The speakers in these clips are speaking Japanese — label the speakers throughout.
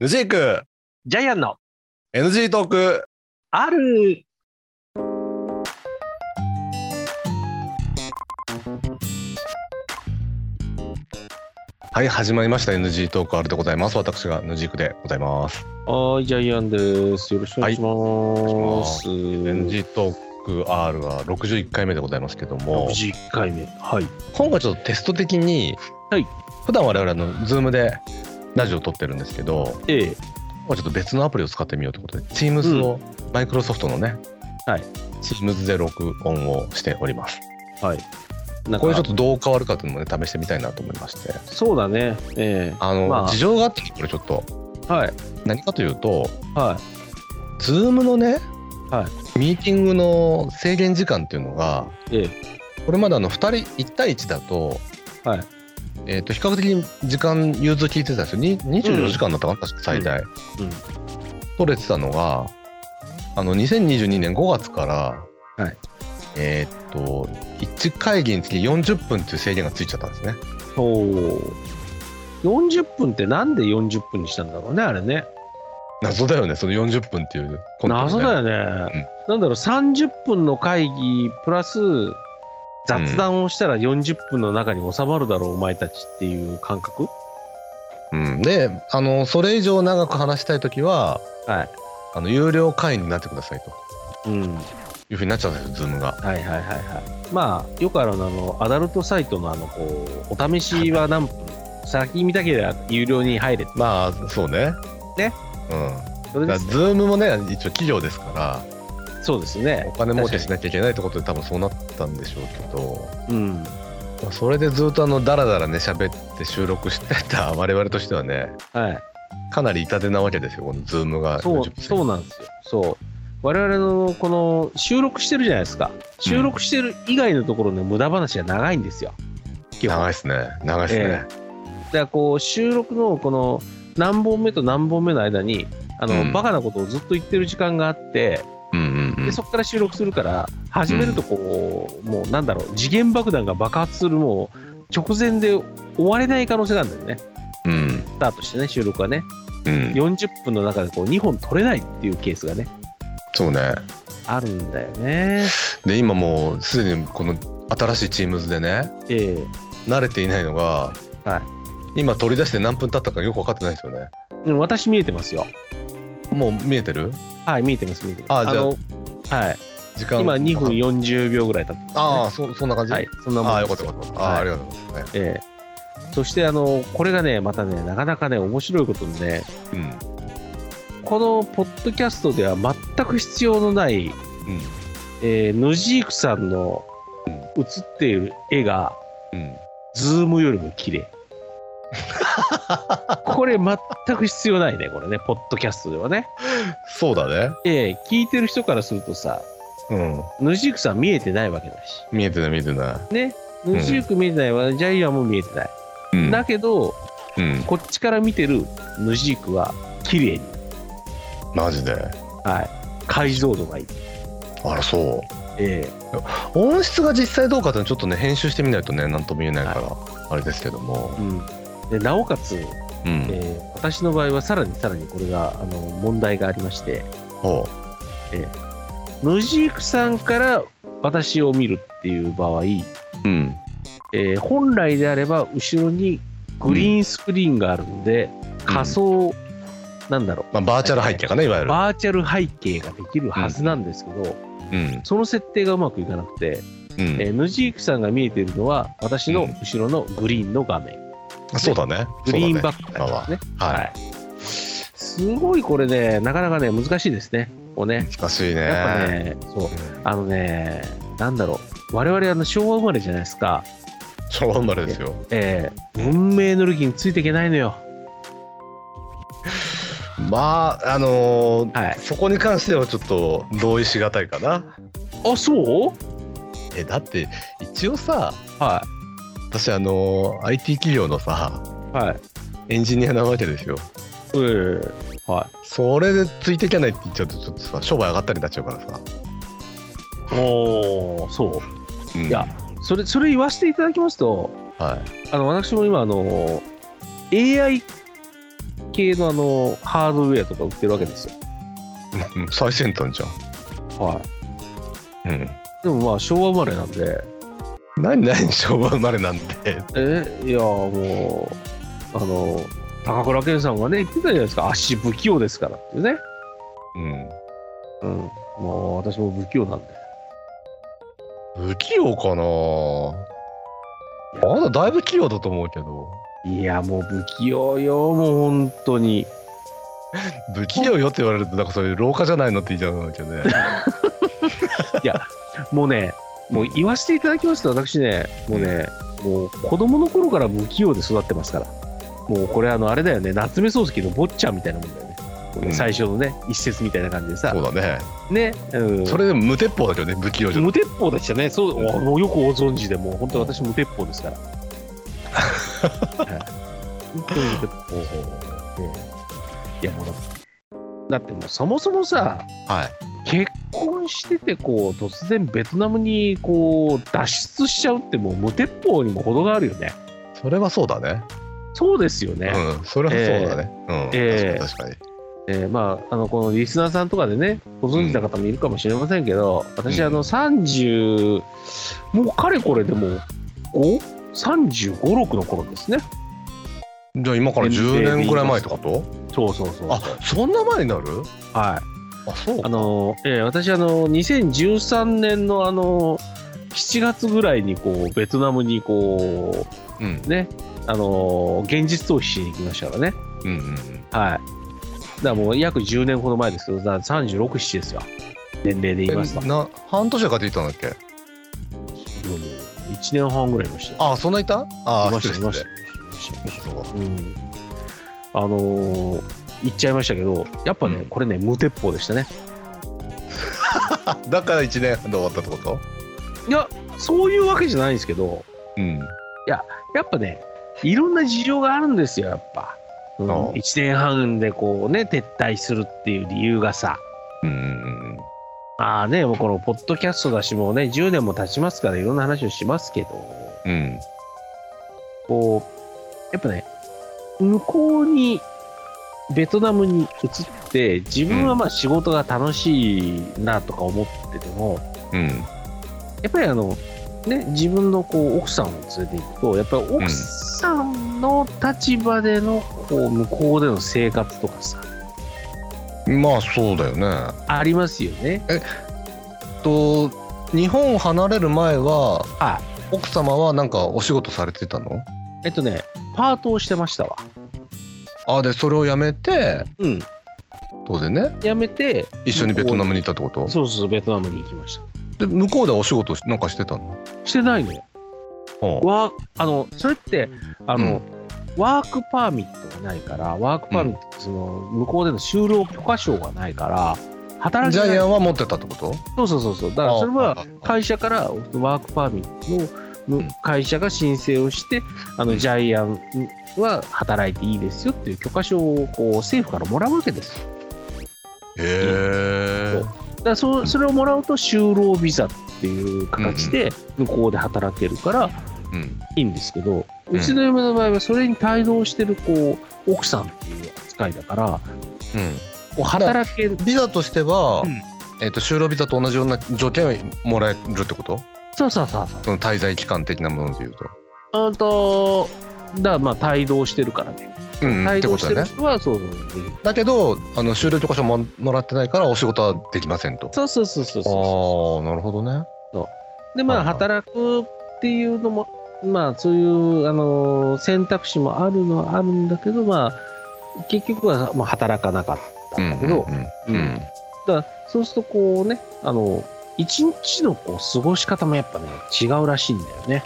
Speaker 1: ヌジーク
Speaker 2: ジャイアンの
Speaker 1: NG トーク
Speaker 2: ある
Speaker 1: はい始まりました NG トークあるでございます私がヌジークでございます
Speaker 2: はい、ジャイアンです。よろしくお願いします。
Speaker 1: NG トーク R は61回目でございますけども
Speaker 2: 61回目。はい。
Speaker 1: 今回ちょっとテスト的に、
Speaker 2: はい、
Speaker 1: 普段我々あの Zoom でラジオを撮ってるんですけど
Speaker 2: A、
Speaker 1: 今回ちょっと別のアプリを使ってみようということで Teams を Microsoft のね、
Speaker 2: はい
Speaker 1: Teams で録音をしております
Speaker 2: はい。なんか
Speaker 1: これちょっとどう変わるかっていうのもね試してみたいなと思いまして
Speaker 2: そうだね。え
Speaker 1: あの、
Speaker 2: まあ
Speaker 1: 事情があってこれちょっと
Speaker 2: えはい。
Speaker 1: 何かというと
Speaker 2: は
Speaker 1: Zoom のね、
Speaker 2: は
Speaker 1: ミーティングの制限時間っていうのが
Speaker 2: い。ええ
Speaker 1: これまであの2人1対1だと,、
Speaker 2: はい
Speaker 1: えー、と比較的時間融通聞いてたんですよに24時間だったかな、確か最大、
Speaker 2: うんうん
Speaker 1: 取れてたのがあの2022年5月から、
Speaker 2: はい
Speaker 1: えーっと1会議につき40分っていう制限がついちゃったんですね
Speaker 2: おー40分ってなんで40分にしたんだろうね、あれね。
Speaker 1: 謎だよねその40分っていうコントね
Speaker 2: 謎だよね、なんだろう30分の会議プラス雑談をしたら40分の中に収まるだろう、お前たちっていう感覚
Speaker 1: うん、であのそれ以上長く話したい時は
Speaker 2: はい、
Speaker 1: あの有料会員になってくださいと
Speaker 2: うん、はい
Speaker 1: いうふうになっちゃったんですよズームが
Speaker 2: はいはいはいまあよくあるあのアダルトサイトのあのこうお試しは何分先見たければ有料に入れ
Speaker 1: まあそうね
Speaker 2: ね
Speaker 1: うん
Speaker 2: それ
Speaker 1: だから
Speaker 2: です
Speaker 1: ズームもね一応企業ですか
Speaker 2: そうです
Speaker 1: らお
Speaker 2: ね
Speaker 1: 金儲けしなきゃいけないってことで多分そうなったんでしょうけど
Speaker 2: うん
Speaker 1: まあそれでずっとあのダラダラね喋って収録してた我々としてはね
Speaker 2: はい
Speaker 1: かなり痛手なわけですよこのズームが
Speaker 2: そうそうなんですよそう我々のこの収録してるじゃないですか収録してる以外のところの無駄話が長いんですよ基本
Speaker 1: 長いですね長いですね、
Speaker 2: だからこう収録のこの何本目と何本目の間にあの、
Speaker 1: うん
Speaker 2: バカなことをずっと言ってる時間があって
Speaker 1: うんうんう
Speaker 2: で
Speaker 1: ん
Speaker 2: そこから収録するから始めるとこう、もうなんだろう次元爆弾が爆発するもう直前で終われない可能性なんだよね
Speaker 1: うん
Speaker 2: スタートしてね収録はね
Speaker 1: うん
Speaker 2: 40分の中でこう2本取れないっていうケースがね
Speaker 1: そうね
Speaker 2: あるんだよね
Speaker 1: で今もうすでにこの新しいチームズでね
Speaker 2: え
Speaker 1: 慣れていないのが、
Speaker 2: は
Speaker 1: 今取り出して何分経ったかよく分かってないですよね
Speaker 2: えでも私見えてますよ
Speaker 1: もう見えてる
Speaker 2: はい見えてます見えてます
Speaker 1: あじゃあ
Speaker 2: のはい
Speaker 1: 時間
Speaker 2: 今2分40秒ぐらい経ってます、ね、
Speaker 1: ああそそんな感じ、
Speaker 2: はいそんなもん
Speaker 1: ああよ
Speaker 2: です
Speaker 1: かったよかったああ、
Speaker 2: はい
Speaker 1: ありがとうございます、
Speaker 2: ええそしてあのこれがねまたねなかなかね面白いことにね
Speaker 1: うん
Speaker 2: このポッドキャストでは全く必要のない、
Speaker 1: うん
Speaker 2: えーヌジークさんの
Speaker 1: うん
Speaker 2: 映っている絵が
Speaker 1: うん
Speaker 2: ズームよりも綺 麗これ全く必要ないねこれねポッドキャストではね
Speaker 1: そうだね
Speaker 2: ええ聞いてる人からするとさ
Speaker 1: うん
Speaker 2: ヌジークさん見えてないわけだし
Speaker 1: 見えてない見えてない
Speaker 2: ねヌジーク見えてないわ、ジャイアンも見えてない、
Speaker 1: うん
Speaker 2: だけど
Speaker 1: うん
Speaker 2: こっちから見てるヌジークは綺麗に、
Speaker 1: マジで
Speaker 2: はい、解像度がいい、
Speaker 1: あらそう
Speaker 2: え
Speaker 1: 音質が実際どうかってのちょっとね編集してみないとね何とも言えないから、あれですけども
Speaker 2: えうん、でなおかつ、
Speaker 1: う
Speaker 2: え
Speaker 1: ん
Speaker 2: ー私の場合はさらにさらにこれがあの問題がありまして
Speaker 1: ほ
Speaker 2: ヌジークさんから私を見るっていう場合、え
Speaker 1: ううん
Speaker 2: ー本来であれば後ろにグリーンスクリーンがあるんで、仮想、なんだろ
Speaker 1: まあ、バーチャル背景かねいわゆ
Speaker 2: う
Speaker 1: る
Speaker 2: バーチャル背景ができるはずなんですけど、
Speaker 1: うん
Speaker 2: その設定がうまくいかなくて、
Speaker 1: うん、
Speaker 2: えーヌジークさんが見えているのは私の後ろのグリーンの画面、
Speaker 1: そうだね
Speaker 2: グリー
Speaker 1: そ
Speaker 2: ン
Speaker 1: うだね
Speaker 2: バックなんですね
Speaker 1: はい、
Speaker 2: はいすごいこれねなかなかね難しいですねこうね
Speaker 1: 難しいね
Speaker 2: やっぱねそうあのねなんだろう我々あの昭和生まれじゃないですか、
Speaker 1: 昭和生まれですよ
Speaker 2: えー文明の利器についていけないのよ
Speaker 1: まああのー
Speaker 2: はい
Speaker 1: そこに関してはちょっと同意しがたいかな
Speaker 2: あそう
Speaker 1: えだって一応さ
Speaker 2: は
Speaker 1: 私あのー IT 企業のさ
Speaker 2: いはい
Speaker 1: エンジニアなわけですよ
Speaker 2: えーはい
Speaker 1: それでついていけないって言っちゃうとちょっとさ商売上がったりになっちゃうからさ、
Speaker 2: おおそ
Speaker 1: うん
Speaker 2: いやうそれそれ言わせていただきますと
Speaker 1: は
Speaker 2: あの私も今あの AI 系のあのハードウェアとか売ってるわけですよ。
Speaker 1: うん最先端じ
Speaker 2: は
Speaker 1: ゃん。うん。
Speaker 2: い、でもまあ昭和生まれなんで、
Speaker 1: 何 何昭和生まれなんて。
Speaker 2: えいやもう、あの高倉健さんがね言ってたじゃないですか、足不器用ですからってね。
Speaker 1: うん。
Speaker 2: うん、もう私も不器用なんで。
Speaker 1: 不器用かなあなただいぶ器用だと思うけど。
Speaker 2: いやもう不器用よ、もう本当に。
Speaker 1: 不器用よって言われると、なんかそういう廊下じゃないのって言いちゃうんだけど ね。
Speaker 2: もうね、もう言わせていただきますと、私ね、もうね、もう子供の頃から不器用で育ってますから、もうこれ、あの、あれだよね、夏目漱石の坊ちゃんみたいなもんだよね。こうね
Speaker 1: うん
Speaker 2: 最初のね、一節みたいな感じでさ
Speaker 1: そ、うだね。
Speaker 2: ね、うん、
Speaker 1: それでも無鉄砲だけどね、不器用じゃん。
Speaker 2: 無鉄砲でしたね、そうおもうよくご存知で、もう本当、私、無鉄砲で すから。はい本当に無鉄砲でいやもうだってもうそもそもさ、
Speaker 1: はい。
Speaker 2: 結婚しててこう突然ベトナムにこう脱出しちゃうってもう無鉄砲にも程があるよね
Speaker 1: それはそうだね。
Speaker 2: そうですよね、
Speaker 1: うん。それはそうだね。うん。
Speaker 2: ええ
Speaker 1: 確かに確
Speaker 2: えーまああのこのリスナーさんとかでねご存知な方もいるかもしれませんけど、私
Speaker 1: うん
Speaker 2: あの30もうかれこれでもう35、6の頃ですね。
Speaker 1: かに。じゃあ今から10年ぐらい前ってこと
Speaker 2: そうそうそう。
Speaker 1: あそんな前になる
Speaker 2: はい。
Speaker 1: あそう
Speaker 2: あの、えー私あの、2013年のあの、7月ぐらいにこう、ベトナムにこう、
Speaker 1: うん
Speaker 2: ね、あのー現実逃避しに行きましたからね。
Speaker 1: うんうん
Speaker 2: はい。だからもう約10年ほど前ですけど、だから36、7ですよ。年齢で言いますと。
Speaker 1: えな半年で帰ってきたんだっけ
Speaker 2: 1年半ぐらいいましたよ。
Speaker 1: あそんないたあ
Speaker 2: いました、いまし
Speaker 1: 失
Speaker 2: た。
Speaker 1: 礼失礼そう
Speaker 2: うん。あのー行っちゃいましたけど、やっぱね、
Speaker 1: うん
Speaker 2: これね、無鉄砲でしたね。
Speaker 1: あ だから1年半で終わったってこと
Speaker 2: いや、そういうわけじゃないんですけど、
Speaker 1: うん
Speaker 2: やっぱね、いろんな事情があるんですよ、やっぱ。うん、
Speaker 1: ああ
Speaker 2: 1年半でこうね、撤退するっていう理由がさ。
Speaker 1: うんうん
Speaker 2: まあね、もうこのポッドキャストだし、もうね、10年も経ちますから、いろんな話をしますけど、
Speaker 1: うんうん
Speaker 2: こう、やっぱね、向こうに、ベトナムに移って、自分はまあ仕事が楽しいなとか思ってても、
Speaker 1: うん
Speaker 2: やっぱりあの、ね、自分のこう奥さんを連れて行くと、やっぱり奥さんの立場での、こう、向こうでの生活とかさ、
Speaker 1: うんまあそうだよね
Speaker 2: ありますよね。
Speaker 1: と日本を離れる前は
Speaker 2: は
Speaker 1: 奥様はなんかお仕事されてたの
Speaker 2: えっとね、パートをしてましたわ。
Speaker 1: あでそれを辞めて
Speaker 2: うん。
Speaker 1: 当然ね
Speaker 2: やめて、
Speaker 1: 一緒にベトナムに行ったってこと
Speaker 2: そうそうそう、ベトナムに行きました。
Speaker 1: で向こうでお仕事なんかしてたの
Speaker 2: してないのよ。
Speaker 1: は
Speaker 2: わあのそれってあの、ワークパーミットがないからワークパーミット、その向こうでの就労許可証がないから
Speaker 1: あ
Speaker 2: 働き
Speaker 1: ジャイ
Speaker 2: ない
Speaker 1: アンは持ってたってこと
Speaker 2: そうそうそうそうだからそれは
Speaker 1: あああ
Speaker 2: 会社からワークパーミットの
Speaker 1: うん
Speaker 2: 会社が申請をしてあ
Speaker 1: う
Speaker 2: の
Speaker 1: ん
Speaker 2: ジャイアンは働いていいですよっていう許可証をこう政府からもらうわけですよ
Speaker 1: へえ
Speaker 2: だからそそれをもらうと就労ビザっていう形で向こうで働けるから
Speaker 1: うん
Speaker 2: いいんですけど、
Speaker 1: う
Speaker 2: うんちの嫁の場合はそれに帯同してるこう奥さんっていう扱いだから、
Speaker 1: うん
Speaker 2: こう働ける、
Speaker 1: ビザとしては、
Speaker 2: うん
Speaker 1: えっと就労ビザと同じような条件をもらえるってこと
Speaker 2: そうそうそうそう
Speaker 1: その滞在期間的なものでいうと。
Speaker 2: あとだからまあ帯同してるからね、
Speaker 1: うん、っ
Speaker 2: 帯
Speaker 1: て
Speaker 2: 同
Speaker 1: こ
Speaker 2: し
Speaker 1: と
Speaker 2: て
Speaker 1: だ
Speaker 2: る
Speaker 1: ね。
Speaker 2: 人はそうそうできる
Speaker 1: だけどあの就労許可証ももらってないからお仕事はできませんと。
Speaker 2: そうそうそうそうそ
Speaker 1: ああなるほどね。
Speaker 2: うでまあ
Speaker 1: はいはい
Speaker 2: 働くっていうのもまあそういうあのー選択肢もあるのはあるんだけどまあ結局はまあ働かなかったんだけど、
Speaker 1: うんうん
Speaker 2: うんだからそうするとこうねあの一日のこう過ごし方もやっぱね違うらしいんだよね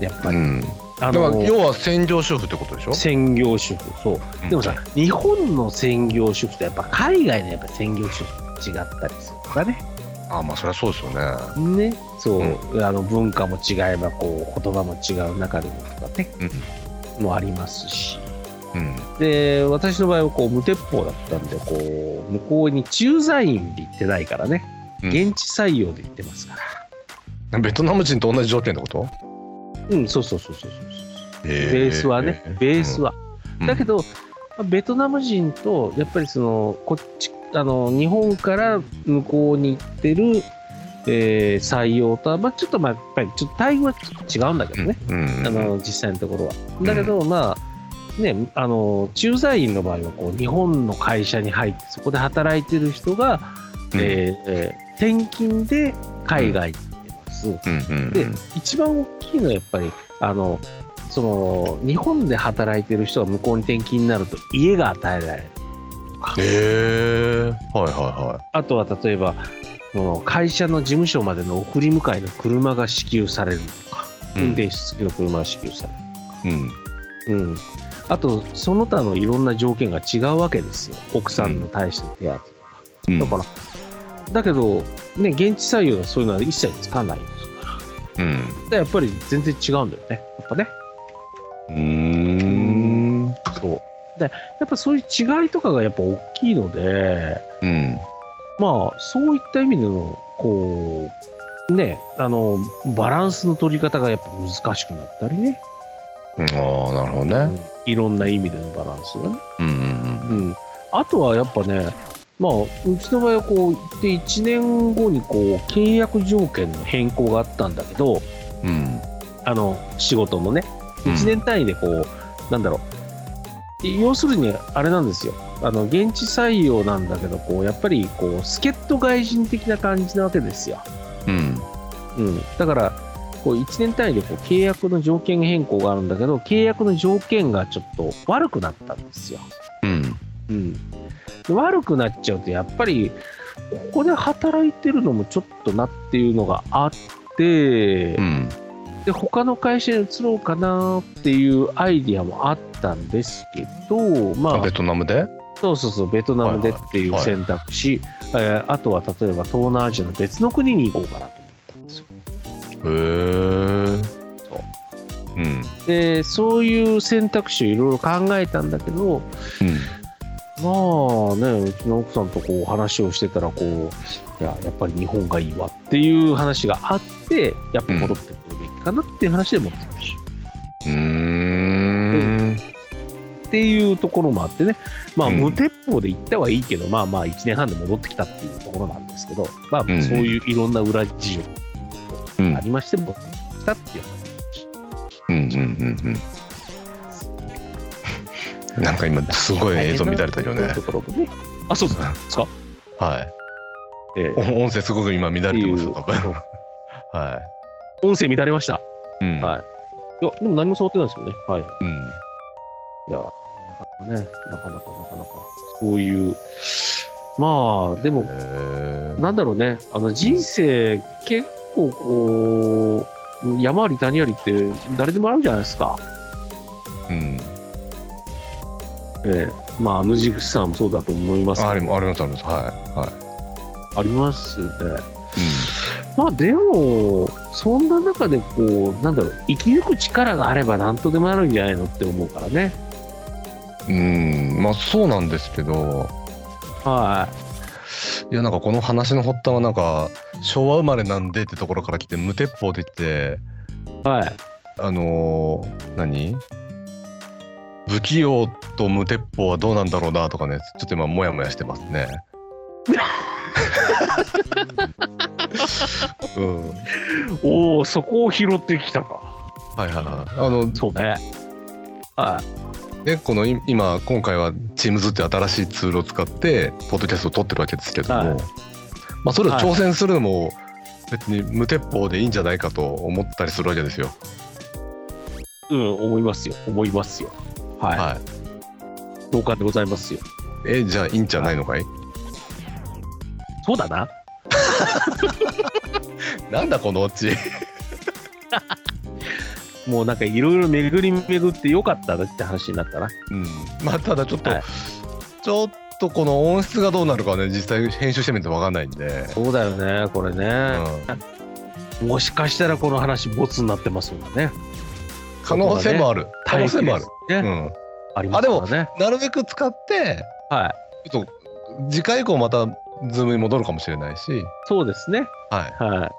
Speaker 2: やっぱ
Speaker 1: う
Speaker 2: り、
Speaker 1: ん
Speaker 2: あ
Speaker 1: だから
Speaker 2: の
Speaker 1: 要は専業主婦ってことでしょ
Speaker 2: 専業主婦そうでもさ、日本の専業主婦とやっぱ海外のやっぱ専業主婦と違ったりするとかね
Speaker 1: うんあーまあそりゃそうですよね。
Speaker 2: ねそう、あの文化も違えばこう言葉も違う中でもとかね、もありますし
Speaker 1: うん
Speaker 2: で私の場合はこう無鉄砲だったんでこう向こうに駐在員で行ってないからね
Speaker 1: うん
Speaker 2: 現地採用で行ってますから。
Speaker 1: ベトナム人と同じ条件ってこと
Speaker 2: うん、そうそうそうそうそうそう。
Speaker 1: ベ
Speaker 2: ベースはね、ベースは。だけ、ど、まあベトナム人と、やっぱりその、こっち、あの、日本から向こうに行ってる、えー採用とは、まあ、ちょっとまあ、やっぱり、ちょっと待遇はちょっと違うんだけどね。
Speaker 1: うん
Speaker 2: あの、実際のところは。だけど、まあ、ね、あの、駐在員の場合は、こう、日本の会社に入って、そこで働いてる人が、えーえー転勤で海外に行ってます。
Speaker 1: うんうん
Speaker 2: で一番大きいのはやっぱりあのその日本で働いてる人が向こうに転勤になると家が与えられる
Speaker 1: へえはいは
Speaker 2: あとは例えばその会社の事務所までの送り迎えの車が支給されるとか
Speaker 1: いはい。
Speaker 2: 運転手付きの車が支給さ
Speaker 1: うん。
Speaker 2: れる、うんあとその他のいろんな条件が違うわけですよ奥さんに対しての手当とか、
Speaker 1: うん
Speaker 2: だからだけど、ね、現地採用はそういうのは一切つかないんですよ
Speaker 1: うん。
Speaker 2: でやっぱり全然違うんだよねやっぱね
Speaker 1: うーん。
Speaker 2: そう。で、やっぱそういう違いとかがやっぱ大きいので、
Speaker 1: うん。
Speaker 2: まあ、そういった意味での、こう、ね、あの、バランスの取り方がやっぱ難しくなったりね。
Speaker 1: ああ、なるほど
Speaker 2: う
Speaker 1: ね。
Speaker 2: んいろんな意味でのバランスがね。
Speaker 1: うん
Speaker 2: うん。あとはやっぱね、まあ、うちの場合はこう、で1年後にこう、契約条件の変更があったんだけど、
Speaker 1: うんうん。うん。
Speaker 2: あの、仕事もね、
Speaker 1: うん
Speaker 2: 1年単位でこう、なんだろう要するにあれなんですよあの現地採用なんだけどこうやっぱりこう助っ人外人的な感じなわけですよ、
Speaker 1: うん。
Speaker 2: うん、だからこう1年単位でこう契約の条件変更があるんだけど契約の条件がちょっと悪くなったんですよ、
Speaker 1: うん。
Speaker 2: うん、で悪くなっちゃうとやっぱりここで働いてるのもちょっとなっていうのがあって、
Speaker 1: うん。
Speaker 2: で他の会社に移ろうかなっていうアイディアもあったんですけど、ま
Speaker 1: あ
Speaker 2: あ
Speaker 1: ベ、トナムで
Speaker 2: そうそうそうベトナムでっていう選択肢、えーあとは例えば東南アジアの別の国に行こうかなと思ったんですよ
Speaker 1: へえ。うん。
Speaker 2: でそういう選択肢をいろいろ考えたんだけど
Speaker 1: うん。
Speaker 2: まあねうちの奥さんとこう話をしてたらこういややっぱり日本がいいわっていう話があってやっぱ戻ってくるべきかなっていう話で戻ってきました。
Speaker 1: うーん。
Speaker 2: っていうところもあってね、まあ、
Speaker 1: うん
Speaker 2: 無鉄砲で行ったはいいけど、まあまあ1年半で戻ってきたっていうところなんですけど、まあ、そう
Speaker 1: うん
Speaker 2: いういろんな裏事情
Speaker 1: うん
Speaker 2: があ。りまして、戻ってきたっていう話です
Speaker 1: うんうんうんうん。 なんか今すごい映像乱れたよ
Speaker 2: そうい
Speaker 1: ね
Speaker 2: う。ところもね。あ、そうですか。
Speaker 1: はい。
Speaker 2: えー
Speaker 1: お音声すごく今乱れてますよ多分。は
Speaker 2: 音声乱れました。
Speaker 1: い。うん。
Speaker 2: はいいや、でも何も触ってないですよね。はい。
Speaker 1: うん。
Speaker 2: いや、ね、なかなかなかなか、そういう、まあ、でも、
Speaker 1: へー
Speaker 2: なんだろうね、あの人生、結構こう、山あり谷ありって誰でもあるじゃないですか。
Speaker 1: うん。
Speaker 2: ええ、まあ、無印さんもそうだと思います
Speaker 1: あ
Speaker 2: あ
Speaker 1: ありますありますあります。はい。はい。
Speaker 2: ありますね。まあ、でも、そんな中でこう、なんだろう、生き抜く力があれば何とでもなるんじゃないのって思うからね。
Speaker 1: うん。うんまあそうなんですけど、
Speaker 2: はい。
Speaker 1: いやなんかこの話の発端はなんか昭和生まれなんでってところから来て無鉄砲でって、
Speaker 2: はい。
Speaker 1: あのー何不器用と無鉄砲はどうなんだろうなとかね、ちょっと今モヤモヤしてます ね。うん。はい
Speaker 2: おお、そこを拾ってきたか。
Speaker 1: はいはい。あの
Speaker 2: そうね。は
Speaker 1: ね、このい今今回は Teams って新しいツールを使ってポッドキャストを撮ってるわけですけども、
Speaker 2: はい
Speaker 1: まあ、それを
Speaker 2: はい
Speaker 1: 挑戦するのも別に無鉄砲でいいんじゃないかと思ったりするわけですよ。
Speaker 2: い。うん、思いますよ。思いますよ。はい。
Speaker 1: はい
Speaker 2: 同感でございますよ。
Speaker 1: えじゃあいいんじゃないのかい、
Speaker 2: そうだな。
Speaker 1: なんだこのうち
Speaker 2: もうなんかいろいろ巡り巡ってよかったなって話になったな。
Speaker 1: うんまあただちょっと、
Speaker 2: はい
Speaker 1: ちょっとこの音質がどうなるかはね実際編集してみると分かんないんで、
Speaker 2: そうだよね、これ
Speaker 1: う
Speaker 2: ね。
Speaker 1: ん、
Speaker 2: もしかしたらこの話、ボツになってますもんね。
Speaker 1: 可能性もある、可能性もある、
Speaker 2: ね。
Speaker 1: うん、
Speaker 2: ありますからね。
Speaker 1: なるべく使って
Speaker 2: はい。
Speaker 1: ちょっと次回以降またズームに戻るかもしれないし
Speaker 2: そうですね。
Speaker 1: はい
Speaker 2: はい。
Speaker 1: と思って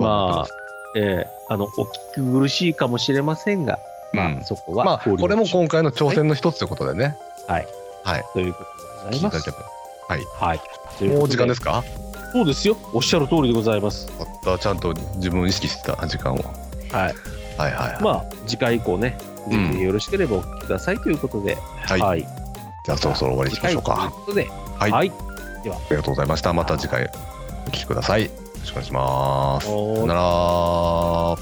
Speaker 2: まあ
Speaker 1: す、
Speaker 2: えーあの、お聞き苦しいかもしれませんが、ま
Speaker 1: うん
Speaker 2: あ、そこは、
Speaker 1: まあ、これも
Speaker 2: 交
Speaker 1: 今
Speaker 2: 流
Speaker 1: 回の挑戦の一つということでね。
Speaker 2: はい。
Speaker 1: はい。
Speaker 2: ということ
Speaker 1: 聞
Speaker 2: でござい
Speaker 1: いた
Speaker 2: ま
Speaker 1: だけ
Speaker 2: す
Speaker 1: れ。
Speaker 2: はい。とい。
Speaker 1: ばもう時間ですすか
Speaker 2: そうですよ。おっしゃる通りでございます。
Speaker 1: またちゃんと自分を意識してた時間を。は
Speaker 2: はい。
Speaker 1: いはいはい。
Speaker 2: まあ、次回以降ね、
Speaker 1: う
Speaker 2: ぜ
Speaker 1: ん
Speaker 2: ひよろしければお聞きくださいということで、
Speaker 1: はい
Speaker 2: はい。
Speaker 1: じゃあそろそろ終わりに
Speaker 2: 次
Speaker 1: しまし
Speaker 2: 回
Speaker 1: ょうか。
Speaker 2: ということで、
Speaker 1: はい
Speaker 2: はい。
Speaker 1: ありがとうござい
Speaker 2: 哦
Speaker 1: ました。また次回お聞きください。よろしくお願いします。
Speaker 2: おー
Speaker 1: さよなら。